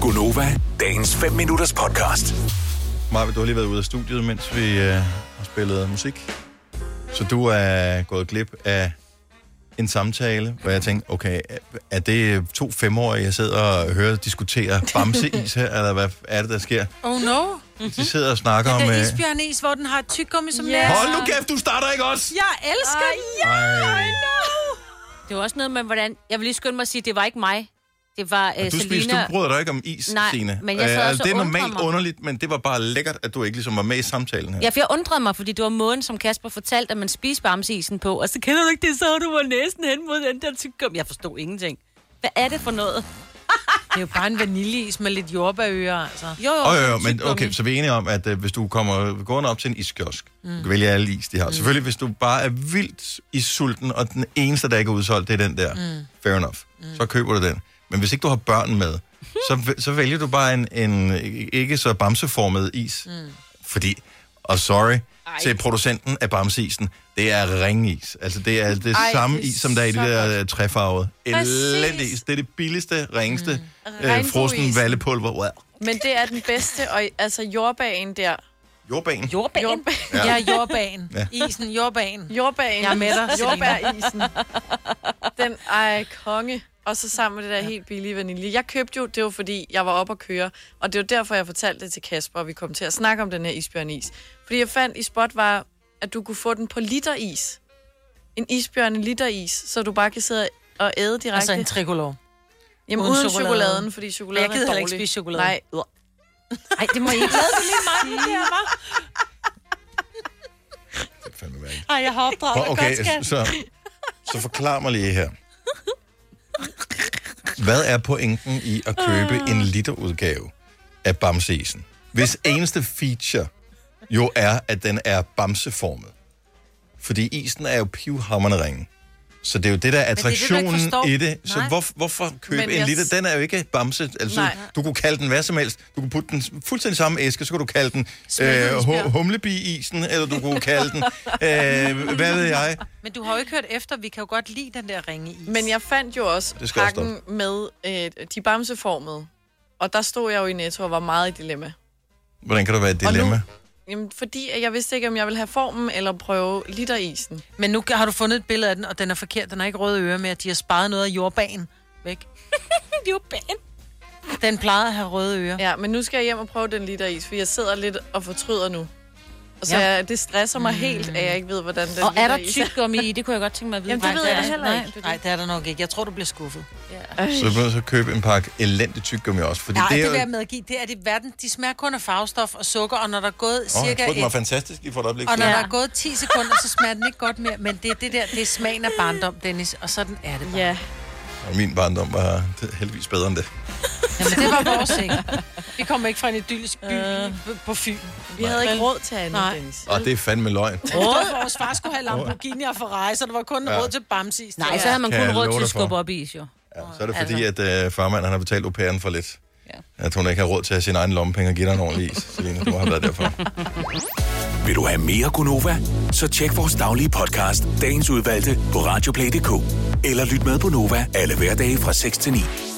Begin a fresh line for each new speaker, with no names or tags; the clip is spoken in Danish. Gunova, dagens 5 minutters podcast.
Marve, du har lige været ude af studiet, mens vi øh, har spillet musik. Så du er gået glip af en samtale, hvor jeg tænkte, okay, er det to femårige, jeg sidder og hører diskutere bamseis her, eller hvad er det, der sker?
Oh no.
De sidder og snakker om...
Der er
Øh...
isbjørnis, hvor den har et tyggegummi som
Ja.
yeah.
Hold nu kæft, du starter ikke også!
Jeg elsker
Ej.
den.
Ej,
Det var også noget med, hvordan... Jeg vil lige skynde mig at sige, det var ikke mig. Det var uh,
du, spiste,
Selina.
du bryder dig ikke om is,
Nej,
Signe.
men jeg sad
Øh,
også og
det er
undrede
normalt
mig.
underligt, men det var bare lækkert, at du ikke ligesom var med i samtalen her.
Ja, for jeg undrede mig, fordi det var måden, som Kasper fortalte, at man spiste bamseisen på. Og så kender du ikke det, så var du var næsten hen mod den der tyggegum. Jeg forstod ingenting. Hvad er det for noget?
Det er jo bare en vaniljeis med lidt jordbærører, altså.
Jo, jo,
Åh, jo, jo,
sådan en
men
tyggegummi.
okay, så vi er enige om, at øh, hvis du kommer gående op til en iskiosk, mm. du kan vælge alle is, de har. Mm. Selvfølgelig, hvis du bare er vildt i sulten, og den eneste, der ikke er udsolgt, det er den der. Mm. Fair enough. Mm. Så køber du den. Men hvis ikke du har børn med, så, væ- så vælger du bare en, en ikke så bamseformet is. Mm. Fordi, og sorry Ej. til producenten af bamseisen, det er ringis. Altså, det er det Ej,
Ej,
samme
det er
is, som der er i det
så
der øh, træfarvede.
Præcis.
Elendig is. Det er det billigste, ringeste mm. øh,
Regnbueisen.
frossen vallepulver. Wow.
Men det er den bedste, og altså jordbagen der.
Jordbanen.
Jordbær.
Jordbagen.
Ja, jordbagen.
Ja.
Ja. Isen, jordbagen.
Jordbagen.
Jeg er med dig, Selina.
Jordbærisen. Den ej, konge. Og så sammen med det der helt billige vanilje. Jeg købte jo, det var fordi, jeg var oppe at køre. Og det var derfor, jeg fortalte det til Kasper, og vi kom til at snakke om den her isbjørnis. Fordi jeg fandt i spot var, at du kunne få den på literis. En isbjørn, en literis, så du bare kan sidde og æde direkte.
Altså en tricolor.
Jamen
uden
uden, uden
chokolade.
chokoladen. fordi chokoladen
Jeg gider
er
heller ikke
dårlig.
spise chokolade.
Nej,
Nej, det må I ikke.
Det er fandme mærkeligt.
Ej, jeg har opdraget
Hvor- Okay, så, så forklar mig lige her. Hvad er pointen i at
Ah.
købe en literudgave af Bamseisen? Hvis eneste feature jo er, at den er bamseformet. Fordi isen er jo pivhammerende ringe. Så det er jo det, der er
det, du ikke
attraktionen
forstår.
i det. Så
Nej.
hvor, hvorfor købe
Men
en
jeg
liter?
s-
Den er jo ikke bamse. Altså,
Nej.
du kunne kalde den hvad som helst. Du kunne putte den fuldstændig samme æske, så kunne du kalde den øh, hu- humlebi-isen, eller du kunne kalde den, øh, hvad ved jeg,
Men du har jo ikke hørt efter, vi kan jo godt lide den der ringe is.
Men jeg fandt jo også
Det skal også
pakken med øh, de bamseformede. Og der stod jeg jo i Netto og var meget i dilemma.
Hvordan kan der være et dilemma?
Og nu, jamen, fordi at jeg vidste ikke, om jeg ville have formen eller prøve literisen.
Men nu har du fundet et billede af den, og den er forkert. Den har ikke røde ører med, at de har sparet noget af jordbagen væk.
Jordbær.
Den plejede at have røde ører.
Ja, men nu skal jeg hjem og prøve den literis, for jeg sidder lidt og fortryder nu. Og så
Ja.
ja. jeg, det stresser mig helt, at jeg ikke ved, hvordan den
Og er der
literis
tyggegummi i? Det kunne jeg godt tænke mig at vide.
Jamen, det
Nej,
ved
der
jeg
er-
heller
nej.
ikke. Det er
Nej, det er der nok ikke. Jeg tror, du bliver skuffet.
Så vil jeg så købe en pakke elendig tyggegummi også, fordi
Nej,
det er
det vil jeg
jo...
medgive. Det er det verden. De smager kun af farvestof og sukker, og når der er gået
Åh, oh, jeg
cirka
troede, den var
et
fantastisk lige for et øjeblik.
Og når
siden.
der er gået 10 sekunder, så smager den ikke godt mere. Men det er det der, det er smagen af barndom, Dennis. Og sådan er det bare.
Ja,
Og min barndom var heldigvis bedre end det.
Jamen, det var vores ting. Vi kommer ikke fra en idyllisk by øh. på Fyn.
vi havde ikke råd til andet,
Nej.
Dennis.
Og det er fandme løgn.
Råd. Vores far skulle have Lamborghini og Ferrari, så der var kun
Ja.
ja. råd til Bamsis.
Nej, så havde man
Kan
kun
jeg
råd
love
til
dig
at
for.
skubbe op i is, jo.
Ja, så er det fordi, at øh, farmand han har betalt au pairen for lidt. Ja. At hun ikke har råd til at have sin egen lommepenge og give dig en ordentlig is. Selina, du har været derfor.
Vil du have mere Gunova? Så tjek vores daglige podcast, dagens udvalgte, på radioplay.dk. Eller lyt med på Nova alle hverdage fra 6 til 9.